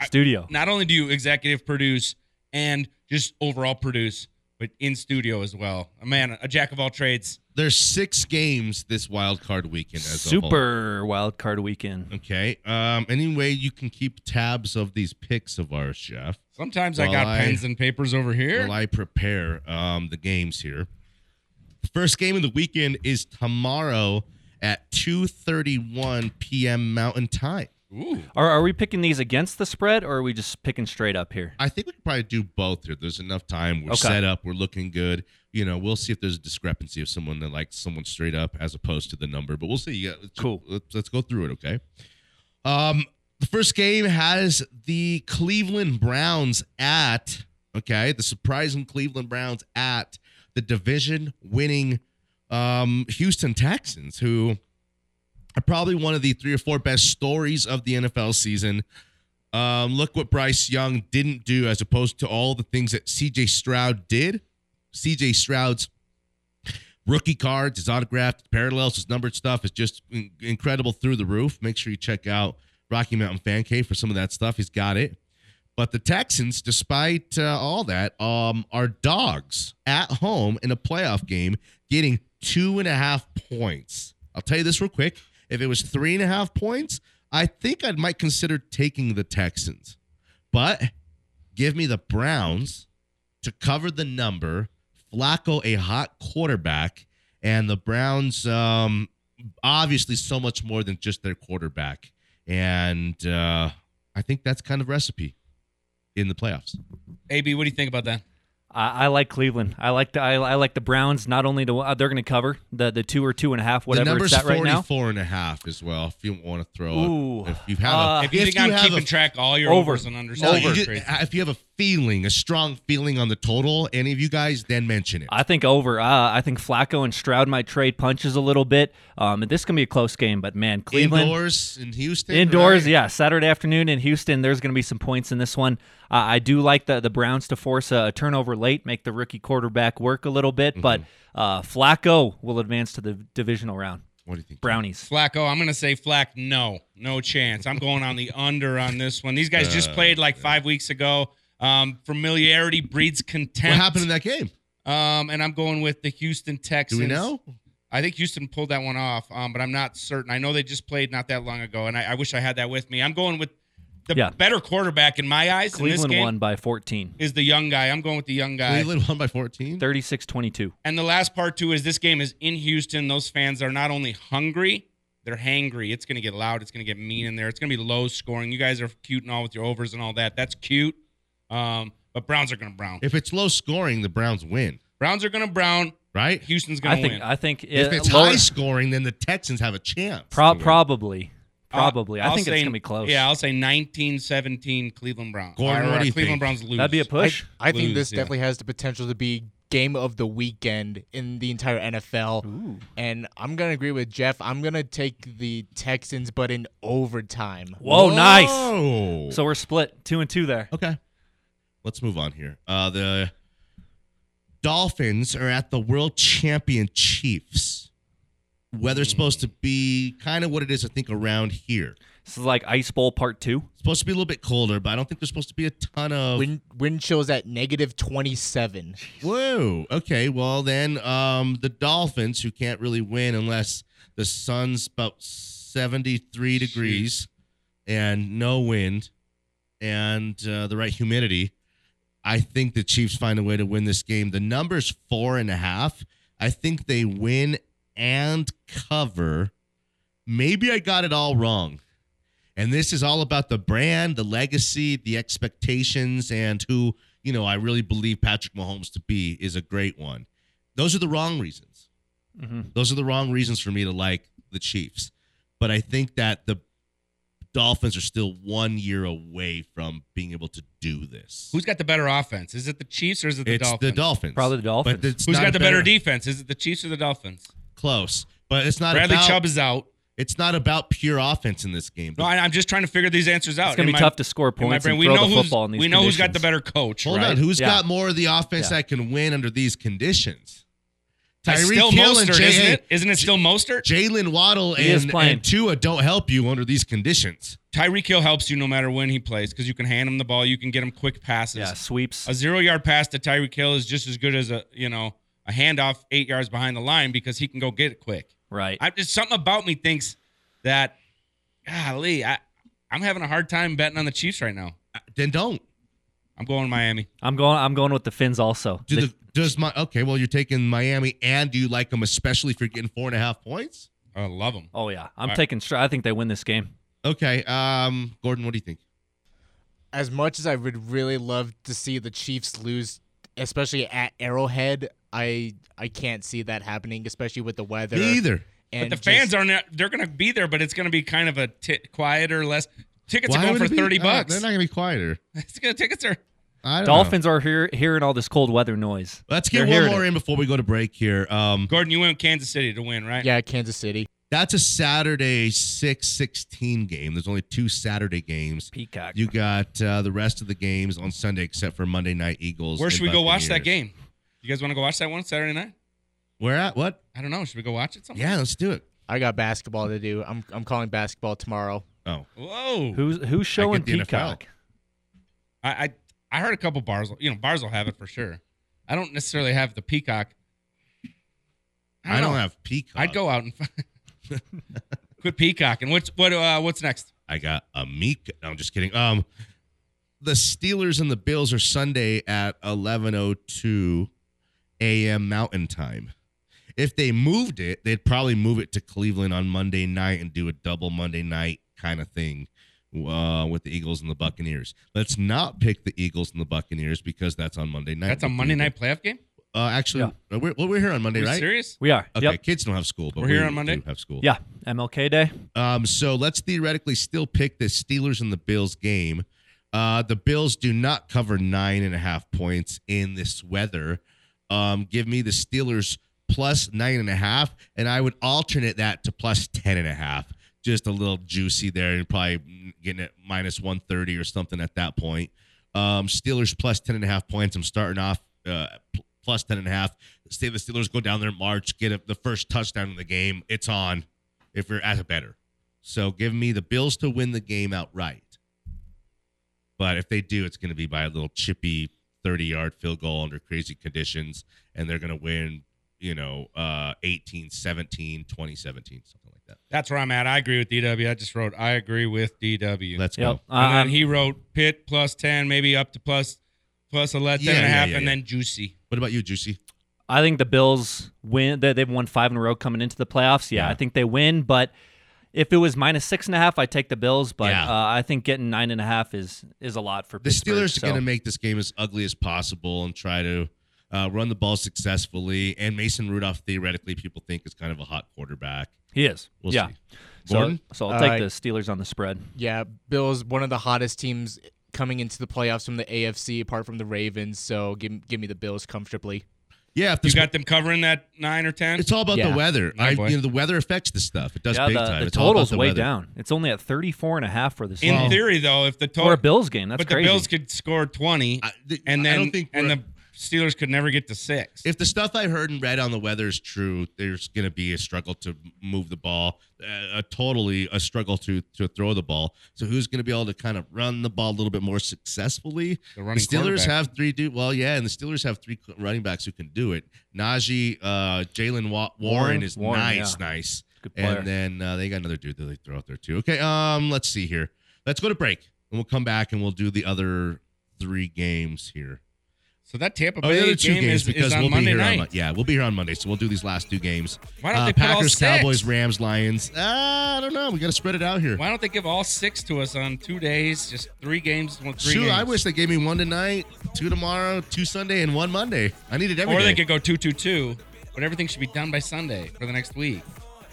S10: Studio.
S3: Not only do you executive produce and just overall produce, but in studio as well. A man, a jack of all trades.
S2: There's six games this wild card weekend. As a whole.
S10: Super wild card weekend.
S2: Okay. Um, any way you can keep tabs of these picks of ours, Jeff,
S3: Sometimes I
S2: Well,
S3: got
S2: I-
S3: pens and papers over here.
S2: while I prepare um, the games here. First game of the weekend is tomorrow at 2:31 p.m. Mountain Time.
S3: Ooh.
S10: Are, are we picking these against the spread or are we just picking straight up here?
S2: I think we could probably do both here. There's enough time. We're
S10: Okay.
S2: set up. We're looking good. You know, we'll see if there's a discrepancy of someone that likes someone straight up as opposed to the number, but we'll see. Yeah, let's,
S10: Cool.
S2: Let's, let's go through it, okay? Um, the first game has the Cleveland Browns at okay, the surprising Cleveland Browns at the division winning um, Houston Texans, who are probably one of the three or four best stories of the NFL season. Um, look what Bryce Young didn't do as opposed to all the things that CJ Stroud did. CJ Stroud's rookie cards, his autographed parallels, his numbered stuff is just in- incredible through the roof. Make sure you check out Rocky Mountain Fan Cave for some of that stuff. He's got it. But the Texans, despite uh, all that, um, are dogs at home in a playoff game, getting two and a half points. I'll tell you this real quick. If it was three and a half points, I think I might consider taking the Texans. But give me the Browns to cover the number. Flacco, a hot quarterback, and the Browns, um, obviously, so much more than just their quarterback. And uh, I think that's kind of recipe in the playoffs.
S3: AB, what do you think about that?
S10: I, I like Cleveland. I like the I, I like the Browns. Not only to, uh, they're going to cover the the two or two and a half,
S2: the
S10: whatever
S2: number's
S10: it's at right now.
S2: 44 and a half as well. If you want to throw,
S10: Ooh.
S2: a, if you have,
S10: Uh,
S2: a,
S3: If you think I'm
S2: have
S3: keeping
S2: a-
S3: track of all your
S10: Over.
S3: overs and unders,
S2: No,
S3: you're
S2: you just-
S3: crazy.
S2: if you have a feeling, a strong feeling on the total, any of you guys, then mention it.
S10: I think over. Uh, I think Flacco and Stroud might trade punches a little bit. Um, and this can be a close game, but man, Cleveland
S2: indoors in Houston,
S10: Indoors,
S2: right?
S10: yeah. Saturday afternoon in Houston, there's going to be some points in this one. Uh, I do like the the Browns to force a, a turnover late, make the rookie quarterback work a little bit, but uh, Flacco will advance to the divisional round.
S2: What do you think?
S10: Brownies.
S3: Flacco, I'm going to say Flack, no, no chance. I'm going on the under on this one. These guys
S10: Uh,
S3: just played like five weeks ago. Um, familiarity breeds
S2: What
S3: contempt.
S2: happened in that game?
S3: Um, and I'm going with the Houston
S2: Do
S3: Texans.
S2: we know?
S3: I think Houston pulled that one off, um, but I'm not certain. I know they just played not that long ago, and I, I wish I had that with me. I'm going with the
S10: Yeah.
S3: better quarterback in my eyes in this
S10: Cleveland
S3: game
S10: won by 14,
S3: is the young guy. I'm going with the young guy.
S2: Cleveland won by 14.
S10: 36-22.
S3: And the last part too is this game is in Houston. Those fans are not only hungry, they're hangry. It's going to get loud. It's going to get mean in there. It's going to be low scoring. You guys are cute and all with your overs and all that. That's cute. Um, but Browns are going to brown.
S2: If it's low scoring, the Browns win,
S3: Browns are going to brown.
S2: right?
S3: Houston's
S10: I
S3: going to
S10: think
S3: win.
S10: I think
S2: If
S10: it-
S2: it's
S10: lower-
S2: high scoring, then the Texans have a chance.
S10: pro-
S2: to win.
S10: probably
S3: I'll-
S10: probably.
S3: I'll
S10: I think
S3: say-
S10: it's going to be close.
S3: Yeah, I'll say 19-17 Cleveland Browns.
S2: Gordon,
S3: Or,
S2: what do you
S3: uh, Cleveland
S2: think?
S3: Browns lose.
S10: That'd be a
S11: I,
S10: push.
S11: I think
S3: Lose,
S11: this
S3: yeah.
S11: definitely has the potential to be game of the weekend in the entire NFL. And I'm gonna agree with Jeff. I'm gonna take the Texans, but in overtime.
S10: Whoa, nice.
S2: Whoa.
S10: So we're split two and two there.
S2: Oh! Okay. Let's move on here. Uh, the Dolphins are at the World Champion Chiefs.
S10: Hmm.
S2: Weather's supposed to be kind of what it is, I think, around here.
S10: This is like Ice Bowl Part Two.
S2: It's supposed to be a little bit colder, but I don't think there's supposed to be a ton of.
S11: Wind, wind chills at negative 27.
S2: Whoa. Okay. Well, then um, the Dolphins, who can't really win unless the sun's about 73 degrees and no wind and uh, the right humidity, I think the Chiefs find a way to win this game. The number's four and a half. I think they win and cover. Maybe I got it all wrong. And this is all about the brand, the legacy, the expectations, and who you know, I really believe Patrick Mahomes to be is a great one. Those are the wrong reasons.
S10: Mhm.
S2: Those are the wrong reasons for me to like the Chiefs. But I think that the Dolphins are still one year away from being able to do this.
S3: Who's got the better offense? Is it the Chiefs or is it the
S2: It's
S3: Dolphins?
S2: the Dolphins.
S10: Probably the Dolphins.
S2: But it's
S3: Who's
S2: not
S3: got
S2: a
S3: the better,
S2: better-
S3: defense? Is it the Chiefs or the Dolphins?
S2: Close, but it's not.
S3: Bradley
S2: about,
S3: Chubb is out.
S2: It's not about pure offense in this game.
S3: No, I, I'm just trying to figure these answers out.
S10: It's
S3: Oh, In
S10: gonna be
S3: my-
S10: tough to score
S3: in my
S10: points
S3: brain,
S10: and
S3: we
S10: throw
S3: know
S10: the
S3: who's-
S10: football in these
S3: We know who's got the
S10: conditions.
S3: better coach.
S2: Hold
S3: right?
S2: on, who's
S10: Yeah.
S2: got more of the offense that can win under these conditions?
S3: It's still
S2: Tyreek Hill and
S3: Mostert,
S2: Jay-
S3: isn't it? Isn't it still Mostert?
S2: Jalen Waddle
S10: He is
S2: and,
S10: playing.
S2: and Tua don't help you under these conditions.
S3: Tyreek Hill helps you no matter when he plays because you can hand him the ball, you can get him quick passes.
S10: Yeah, sweeps.
S3: A zero yard pass to Tyreek Hill is just as good as a you know a handoff eight yards behind the line because he can go get it quick.
S10: Right.
S3: I just something about me thinks that, golly, I I'm having a hard time betting on the Chiefs right now.
S2: Then don't.
S3: I'm going Miami.
S10: I'm going. I'm going with the Finns also.
S2: Do
S10: The-
S2: the, does my okay? Well, you're taking Miami, and do you like them especially if you're getting four and a half points?
S3: I love them.
S10: oh yeah, I'm
S3: All right.
S10: taking. Stra- I think they win this game.
S2: Okay, um, Gordon, what do you think?
S11: As much as I would really love to see the Chiefs lose, especially at Arrowhead, I I can't see that happening, especially with the weather.
S2: Me either.
S11: And
S3: but the
S11: just-
S3: fans are not. They're going to be there, but it's going to be kind of a ti quieter, less. Tickets
S2: Why
S3: are
S2: would
S3: going
S2: it
S3: for
S2: be-
S3: thirty
S2: uh,
S3: bucks.
S2: they're not gonna be quieter.
S3: It's gonna- tickets are.
S2: I don't know.
S10: Dolphins are here hearing all this cold weather noise.
S2: Let's
S10: They're
S2: get
S10: hearing
S2: one more
S10: it.
S2: in before we go to break here. Um,
S3: Gordon, you went Kansas City to win, right?
S11: Yeah, Kansas City.
S2: that's a Saturday six sixteen game. There's only two Saturday games.
S10: Peacock.
S2: You got uh, the rest of the games on Sunday except for Monday night Eagles.
S3: Where
S2: and
S3: should we go watch that
S2: Buccaneers.
S3: game? You guys want to go watch that one Saturday night?
S2: Where at? What?
S3: I don't know. Should we go watch it? Somewhere?
S2: Yeah, let's do it.
S11: I got basketball to do. I'm I'm calling basketball tomorrow.
S2: Oh,
S3: Whoa.
S10: Who's who's showing
S2: the NFL.
S10: Peacock?
S3: I, I I heard a couple bars. You know, bars will have it for sure. I don't necessarily have the peacock.
S2: I don't
S3: know.
S2: have Peacock.
S3: I'd go out and find, quit peacock. And what's what? Uh, what's next?
S2: I got a meek. No, I'm just kidding. Um, the Steelers and the Bills are Sunday at 11:02 a.m. Mountain Time. If they moved it, they'd probably move it to Cleveland on Monday night and do a double Monday night kind of thing uh, with the Eagles and the Buccaneers. Let's not pick the Eagles and the Buccaneers because that's on Monday night.
S3: That's a Monday night playoff game.
S2: Uh, actually, uh, we're, well, we're here on Monday,
S3: Are you
S2: right?
S3: serious?
S10: We are.
S2: Okay,
S10: Yep.
S2: kids don't have school, but
S3: We're here
S2: we
S3: on Monday?
S2: do have school.
S10: Yeah. MLK Day.
S2: Um, so let's theoretically still pick the Steelers and the Bills game. Uh, the Bills do not cover nine and a half points in this weather. Um, give me the Steelers plus nine and a half, and I would alternate that to plus ten and a half. Just a little juicy there, and probably getting it minus one thirty or something at that point. Um, Steelers plus ten and a half points. I'm starting off uh, pl- plus ten and a half. Say the Steelers go down there in March, get a, the first touchdown in the game. It's on if you're as a better. So give me the Bills to win the game outright. But if they do, it's going to be by a little chippy 30 yard field goal under crazy conditions, and they're going to win, you know, uh, 18 17, 20 17, something like that.
S3: That's where I'm at. I agree with DW. I just wrote. I agree with DW.
S2: Let's
S10: Yep.
S2: go.
S3: and
S10: Uh,
S3: then he wrote Pitt plus ten, maybe up to plus plus eleven
S2: Yeah,
S3: and
S2: yeah,
S3: a half,
S2: yeah,
S3: and
S2: yeah.
S3: then juicy.
S2: What about you, Juicy?
S10: I think the Bills win. They, they've won five in a row coming into the playoffs. Yeah,
S2: Yeah.
S10: I think they win. But if it was minus six and a half, I take the Bills. But
S2: Yeah.
S10: uh, I think getting nine and a half is is a lot for
S2: The
S10: Pittsburgh,
S2: Steelers
S10: so.
S2: are going to make this game as ugly as possible and try to uh, run the ball successfully. And Mason Rudolph, theoretically, people think is kind of a hot quarterback.
S10: He is.
S2: We'll
S10: yeah.
S2: see.
S10: So,
S2: Gordon?
S10: so I'll take
S11: Uh,
S10: the Steelers on the spread.
S11: Yeah, Bills one of the hottest teams coming into the playoffs from the AFC, apart from the Ravens. So give give me the Bills comfortably.
S2: Yeah, if
S3: You
S2: this,
S3: got them covering that nine or ten.
S2: it's all about
S11: Yeah.
S2: the weather. I,
S3: boy.
S2: you know, the weather affects this stuff. It does
S10: yeah,
S2: big
S10: the,
S2: time.
S10: the
S2: it's all about
S10: total's
S2: the
S10: way
S2: weather.
S10: down. It's only at 34 and a half for this
S3: In
S10: game.
S3: theory, though, if the
S10: for
S3: total
S10: a Bills game. That's
S3: but
S10: crazy.
S3: the Bills could score twenty,
S2: I- th-
S3: and
S2: I
S3: then
S2: don't think
S3: and
S2: we're-
S3: the Steelers could never get to six.
S2: If the stuff I heard and read on the weather is true, there's going to be a struggle to move the ball, uh, a totally a struggle to to throw the ball. So who's going to be able to kind of run the ball a little bit more successfully?
S3: The
S2: The
S3: running
S2: Steelers
S3: quarterback.
S2: have three do well, yeah, and the Steelers have three qu- running backs who can do it. Najee, uh, Jalen Wa- Warren,
S10: Warren?
S2: is
S10: Warren,
S2: nice,
S10: yeah.
S2: nice,
S10: Good player.
S2: and then uh, they got another dude that they throw out there too. Okay, um, let's see here. Let's go to break, and we'll come back and we'll do the other three games here.
S3: So that Tampa
S2: Oh, the
S3: Bay
S2: other two
S3: game
S2: games
S3: is,
S2: because
S3: is on
S2: we'll
S3: Monday
S2: be here on
S3: night.
S2: Mon- yeah, we'll be here on Monday, so we'll do these last two games.
S3: Why don't
S2: Uh,
S3: they put all
S2: Packers,
S3: six?
S2: Cowboys, Rams, Lions? Uh, I don't know. We got to spread it out here.
S3: Why don't they give all six to us on two days? Just three games, well, three
S2: Shoot,
S3: games.
S2: I wish they gave me one tonight, two tomorrow, two Sunday, and one Monday. I needed every
S3: or
S2: day.
S3: they could go two two two, but everything should be done by Sunday for the next week.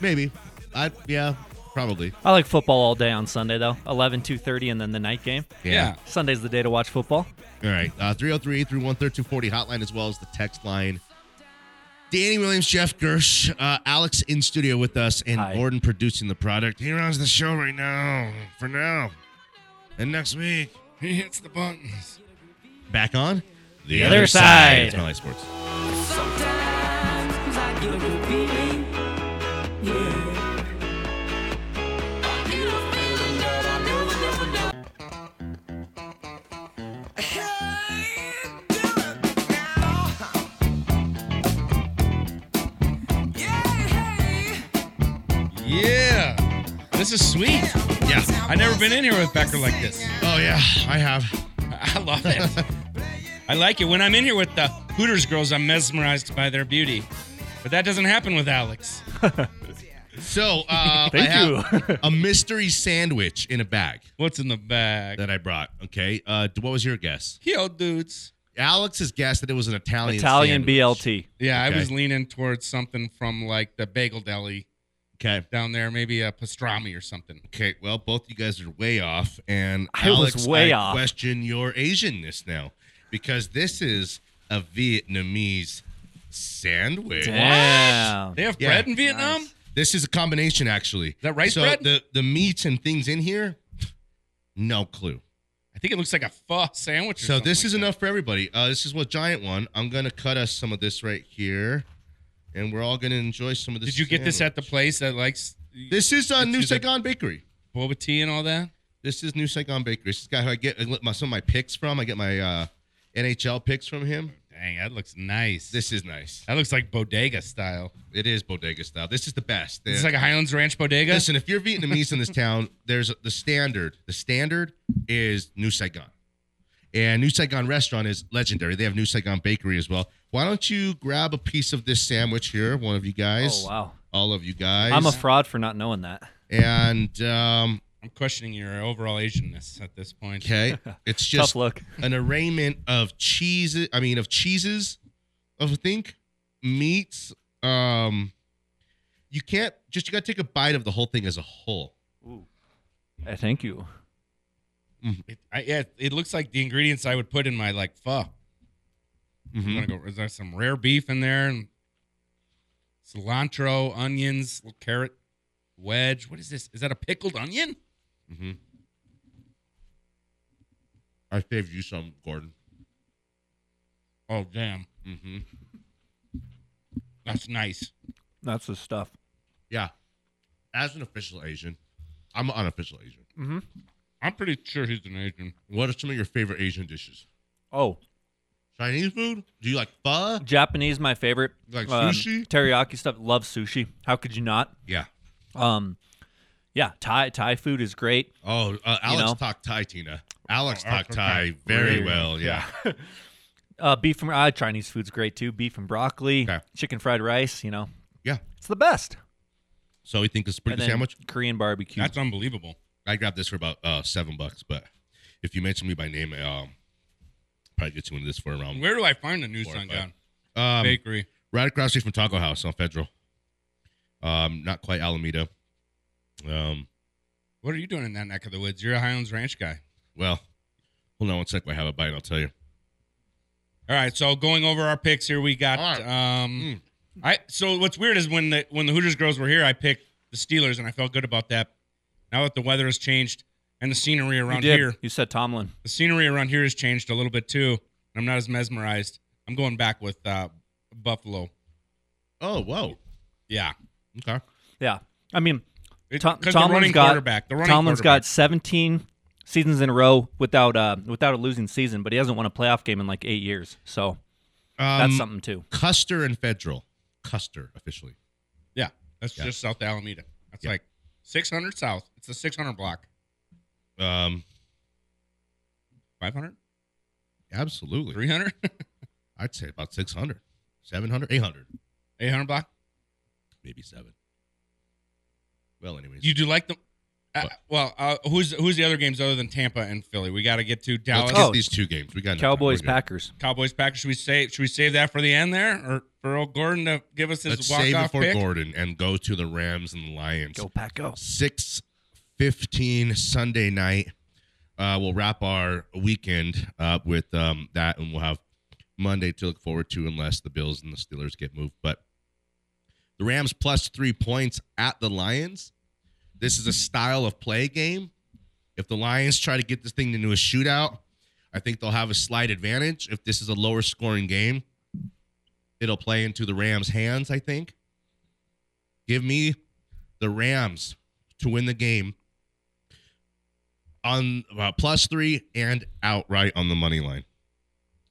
S2: Maybe. I yeah, probably.
S10: I like football all day on Sunday though. 11, 2:30 and then the night game.
S2: Yeah. Yeah.
S10: Sunday's the day to watch football.
S2: All right. Uh, 303 through 13240 hotline as well as the text line. Danny Williams, Jeff Gersh, uh, Alex in studio with us, and Gordon producing the product. He runs the show right now, for now. And next week,
S3: he hits the buttons.
S2: Back on
S10: The other side.
S2: It's my life sports.
S7: Sometimes I get a good feeling, yeah. I get a feeling that I never, never, never.
S3: Yeah, this is sweet.
S2: Yeah,
S3: I never been in here with Becker like this.
S2: Oh yeah, I have.
S3: I love it. I like it. When I'm in here with the Hooters girls, I'm mesmerized by their beauty, but that doesn't happen with Alex.
S2: So uh,
S3: Thank
S2: I
S3: you.
S2: have a mystery sandwich in a bag.
S3: What's in the bag
S2: that I brought? Okay, uh, what was your guess?
S3: Yo, dudes.
S2: Alex's guess that it was an Italian
S10: Italian
S2: sandwich.
S10: BLT.
S3: Yeah,
S2: Okay.
S3: I was leaning towards something from like the bagel deli.
S2: Okay.
S3: Down there, maybe a pastrami or something.
S2: Okay, well, both you guys are way off, and
S10: I was
S2: Alex,
S10: way
S2: I
S10: off.
S2: question your Asianness now because this is a Vietnamese sandwich.
S10: Damn. Oh, What?
S3: They have bread in Vietnam?
S2: This is a combination, actually. Is
S3: that rice
S2: so
S3: bread?
S2: The the meats and things in here, no clue.
S3: I think it looks like a pho sandwich.
S2: So
S3: Or something
S2: this
S3: like
S2: is
S3: that.
S2: enough for everybody. Uh, this is what giant one. I'm gonna cut us some of this right here, and we're all gonna enjoy some of this.
S3: Did you get this
S2: sandwich.
S3: at the place that likes?
S2: This is uh,
S3: It's
S2: New
S3: just like
S2: Saigon Bakery.
S3: boba tea and all that.
S2: This is New Saigon Bakery. This is the guy who I get I get my, some of my picks from. I get my uh, NHL picks from him.
S3: Dang, that looks nice.
S2: This is nice.
S3: That looks like bodega style.
S2: It is bodega style. This is the best.
S3: It's like a Highlands Ranch bodega.
S2: Listen, if you're Vietnamese in this town, there's the standard. The standard is New Saigon. And New Saigon restaurant is legendary. They have New Saigon bakery as well. Why don't you grab a piece of this sandwich here, one of you guys?
S10: Oh, wow.
S2: All of you guys.
S10: I'm a fraud for not knowing that.
S2: and um
S3: I'm questioning your overall Asianness at this point.
S2: Okay. It's
S10: Tough
S2: just
S10: look.
S2: an arraignment of cheeses. I mean, of cheeses, of I think meats. Um, you can't just you gotta take a bite of the whole thing as a whole.
S10: Uh, thank you.
S3: It, I, yeah, it looks like the ingredients I would put in my like pho.
S2: Mhm.
S3: I'm gonna go. Is there some rare beef in there? And cilantro, onions, little carrot, wedge. What is this? Is that a pickled onion?
S2: Mm-hmm. I saved you some, Gordon.
S3: Oh damn,
S2: Mm-hmm. Mm.
S3: that's nice.
S10: That's the stuff.
S2: Yeah. As an official Asian, I'm an unofficial Asian.
S10: Mm-hmm.
S3: I'm pretty sure he's an Asian.
S2: What are some of your favorite Asian dishes?
S10: Oh,
S2: Chinese food? Do you like pho?
S10: Japanese my favorite.
S2: Like
S10: Um,
S2: sushi?
S10: teriyaki stuff. Love sushi. How could you not?
S2: Yeah.
S10: Um, yeah, Thai Thai food is great.
S2: Oh, uh, Alex
S10: know?
S2: talked Thai, Tina. Alex
S3: Oh,
S2: talked
S3: okay.
S2: Thai very
S3: Really?
S2: well. Yeah.
S10: Uh, beef and uh, Chinese food's great too. Beef and broccoli, chicken fried rice. You know,
S2: Yeah.
S10: it's the best.
S2: So we think it's a pretty
S10: And
S2: good
S10: then
S2: sandwich.
S10: Korean barbecue.
S3: That's unbelievable.
S2: I grabbed this for about uh, seven bucks, but if you mention me by name, um, probably get you into this for around
S3: Where do I find the new
S2: Four or
S3: Sun
S2: five.
S3: Gun
S2: um,
S3: Bakery?
S2: right across the street from Taco House on Federal. Um, not quite Alameda. Um,
S3: What are you doing in that neck of the woods? You're a Highlands Ranch guy.
S2: well, hold on one sec. I have a bite. and I'll tell you.
S3: All right, so going over our picks here, we got um
S2: Hmm.
S3: I so what's weird is when the when the Hooters girls were here, I picked the Steelers and I felt good about that. Now that the weather has changed and the scenery
S10: you
S3: around
S10: did.
S3: here,
S10: You said Tomlin.
S3: the scenery around here has changed a little bit too. And I'm not as mesmerized. I'm going back with uh Buffalo.
S2: Oh, whoa.
S3: Yeah.
S2: Okay.
S10: Yeah, I mean,
S3: It-
S10: Tom,
S3: 'cause the
S10: Tomlin's
S3: running
S10: got
S3: quarterback- the running
S10: Tomlin's
S3: quarterback.
S10: got 17 seasons in a row without uh, without a losing season, but he hasn't won a playoff game in like eight years. So
S2: Um,
S10: that's something too.
S2: Custer and Federal. Custer officially.
S3: Yeah. That's
S2: Yeah.
S3: just South Alameda. That's
S2: Yeah.
S3: like 600 south. It's the 600 block.
S2: Um,
S3: 500?
S2: Absolutely.
S3: 300?
S2: I'd say about 600, 700, 800.
S3: 800 block?
S2: Maybe seven. Well, anyways.
S3: You do like them? Uh, well, uh, who's who's the other games other than Tampa and Philly? We got to get to Dallas.
S2: Let's get Oh. these two games. We got enough time. Cowboys, We're good. Packers.
S3: Cowboys Packers. Should we save? Should we save that for the end there, or for old Gordon to give us his
S2: Let's
S3: walk
S2: save it
S3: off
S2: for
S3: pick?
S2: Gordon and go to the Rams and the Lions. Go
S10: Pack, go.
S2: Six fifteen Sunday night. Uh, we'll wrap our weekend up with um, that, and we'll have Monday to look forward to, unless the Bills and the Steelers get moved. But the Rams plus three points at the Lions. This is a style of play game. If the Lions try to get this thing into a shootout, I think they'll have a slight advantage. If this is a lower scoring game, it'll play into the Rams' hands, I think. Give me the Rams to win the game on uh, plus three and outright on the money line.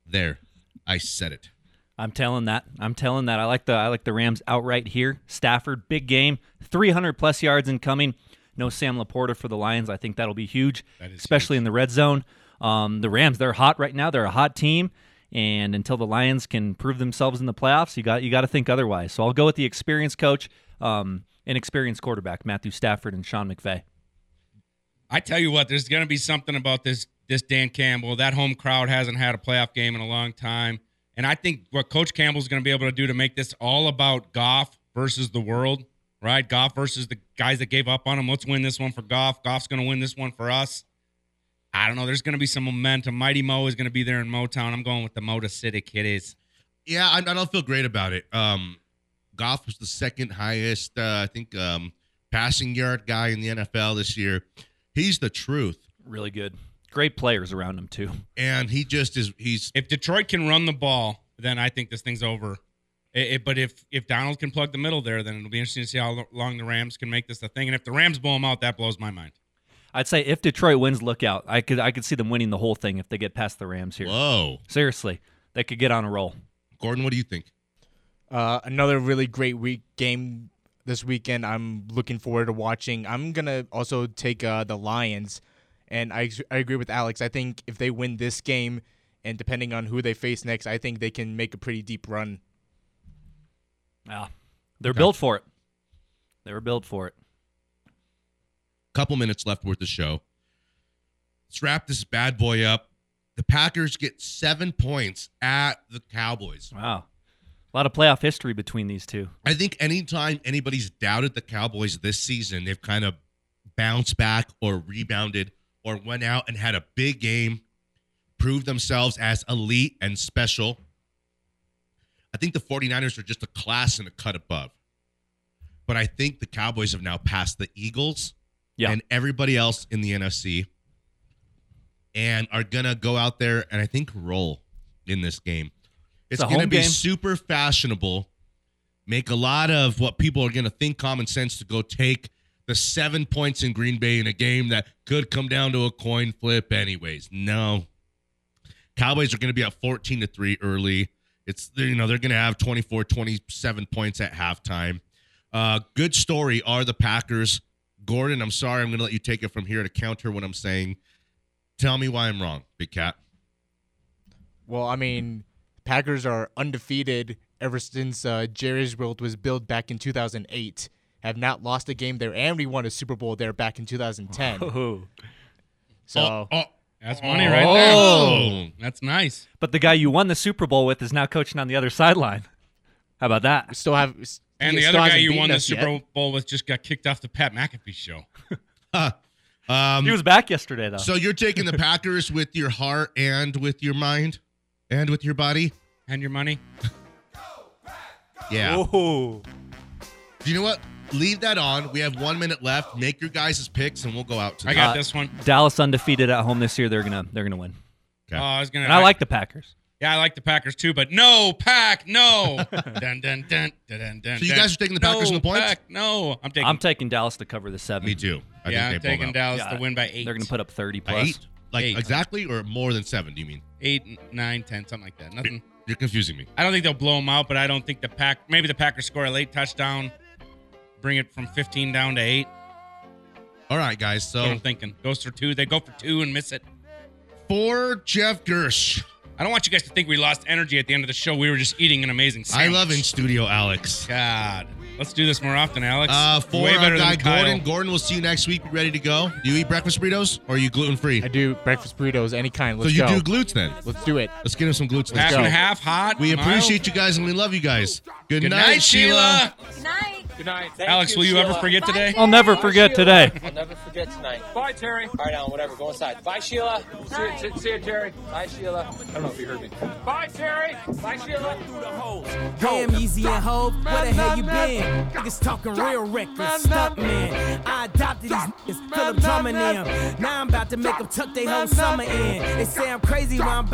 S2: There, I said it.
S10: I'm telling that. I'm telling that. I like the I like the Rams outright here. Stafford, big game, 300 plus yards incoming. No Sam Laporta for the Lions. I think that'll be huge, especially in the red zone. Um, the Rams, they're hot right now. They're a hot team, and until the Lions can prove themselves in the playoffs, you got you got to think otherwise. So I'll go with the experienced coach, um, an experienced quarterback, Matthew Stafford and Sean McVay.
S3: I tell you what, there's going to be something about this this Dan Campbell. That home crowd hasn't had a playoff game in a long time, and I think what Coach Campbell's going to be able to do to make this all about Goff versus the world, right? Goff versus the guys that gave up on him. Let's win this one for Goff. Goff's going to win this one for us. I don't know. There's going to be some momentum. Mighty Mo is going to be there in Motown. I'm going with the Motor City Kitties.
S2: Yeah, I, I don't feel great about it. Um, Goff was the second highest, uh, I think, um, passing yard guy in the NFL this year. He's the truth.
S10: Really good. Great players around him too.
S2: And he just is. He's
S3: if Detroit can run the ball, then I think this thing's over. It- it- but if if Donald can plug the middle there, then it'll be interesting to see how lo- long the Rams can make this a thing. And if the Rams blow them out, that blows my mind.
S10: I'd say if Detroit wins, look out. I could I could see them winning the whole thing if they get past the Rams here.
S2: Whoa.
S10: Seriously. They could get on a roll.
S2: Gordon, what do you think?
S11: Uh, another really great week game this weekend. I'm looking forward to watching. I'm gonna also take uh, the Lions, and I I agree with Alex. I think if they win this game, and depending on who they face next, I think they can make a pretty deep run.
S10: Yeah. They're built for it. They were built for it.
S2: couple minutes left with the show. Let's wrap this bad boy up. The Packers get seven points at the Cowboys.
S10: Wow. A lot of playoff history between these two.
S2: I think anytime anybody's doubted the Cowboys this season, they've kind of bounced back or rebounded or went out and had a big game, proved themselves as elite and special. I think the 49ers are just a class and a cut above. But I think the Cowboys have now passed the Eagles and everybody else in the NFC and are going to go out there and I think roll in this game. It's,
S10: It's a
S2: going to
S10: home
S2: be
S10: game.
S2: super fashionable. Make a lot of what people are going to think common sense to go take the seven points in Green Bay in a game that could come down to a coin flip, anyways. No, Cowboys are going to be up 14 to 3 early. It's they're, you know they're going to have 24 27 points at halftime. Uh good story are the Packers. Gordon, I'm sorry I'm going to let you take it from here to counter what I'm saying. Tell me why I'm wrong, Big Cat.
S11: Well, I mean, Packers are undefeated ever since uh, Jerry's World was built back in 2008. Have not lost a game there, and we won a Super Bowl there back in 2010. So
S3: that's money right there.
S10: Oh.
S3: That's nice.
S10: But the guy you won the Super Bowl with is now coaching on the other sideline. How about that? We
S11: still have
S3: And the other guy you won the Super Bowl with just got kicked off the Pat McAfee show.
S2: Um,
S10: he was back yesterday though.
S2: So you're taking the Packers with your heart and with your mind and with your body
S3: and your money.
S2: Yeah.
S10: Oh.
S2: You know what? Leave that on. We have one minute left. Make your guys' picks, and we'll go out. To
S10: Uh, Dallas undefeated at home this year. They're gonna they're gonna win.
S3: Oh, I was gonna.
S10: And I like the Packers.
S3: Yeah, I like the Packers too, but no pack, no. dun dun dun dun dun. dun
S10: So you guys are taking the Packers
S3: no,
S10: and the points?
S3: Pack, no, I'm taking.
S10: I'm taking Dallas to cover the seven. Me
S2: too. I
S3: yeah, I'm
S2: think they
S3: taking
S2: pulled out.
S3: Dallas
S2: Yeah.
S3: to win by eight.
S10: They're gonna put up 30
S2: By
S10: plus.
S2: eight? Like exactly or more than seven? Do you mean?
S3: eight, nine, ten, something like that. Nothing.
S2: You're confusing me.
S3: I don't think they'll blow them out, but I don't think the pack. Maybe the Packers score a late touchdown, bring it from 15 down to eight.
S2: All right, guys. So
S10: Oh.
S3: That's what I'm thinking goes for two. They go for two and miss it.
S2: for Jeff Gersh,
S3: I don't want you guys to think we lost energy at the end of the show. We were just eating an amazing
S2: I
S3: sandwich.
S2: love in studio, Alex.
S3: God. Let's do this more often, Alex.
S2: Uh, for
S3: Way
S2: our
S3: better
S2: guy
S3: than Kyle.
S2: Gordon. Gordon, we'll see you next week. Be ready to go. Do you eat breakfast burritos or are you gluten free? I
S6: do breakfast burritos, any kind.
S2: so
S6: Let's
S2: you
S6: go.
S2: do glutes then?
S6: Let's do it.
S2: Let's get him some glutes.
S3: Half
S2: next
S3: and
S2: week.
S3: half, hot.
S2: We
S3: mild.
S2: appreciate you guys and we love you guys. Good,
S3: Good
S2: night,
S3: night,
S2: Sheila.
S3: Sheila.
S11: Good night. Good night.
S3: Alex, will you ever forget today?
S10: I'll never forget today.
S12: I'll never forget tonight. Bye, Terry. All right, Alan, whatever. Go inside. Bye, Sheila. See you, see you, Terry. Bye, Sheila. I don't know if you heard me. Bye, Terry. Bye, Sheila.
S1: Damn, Easy and Hope, where the hell you been? Niggas talking real reckless, stuck man. I adopted these niggas, Philip Drummond them. Now I'm about to make them tuck they whole summer in. They say I'm crazy, but I'm about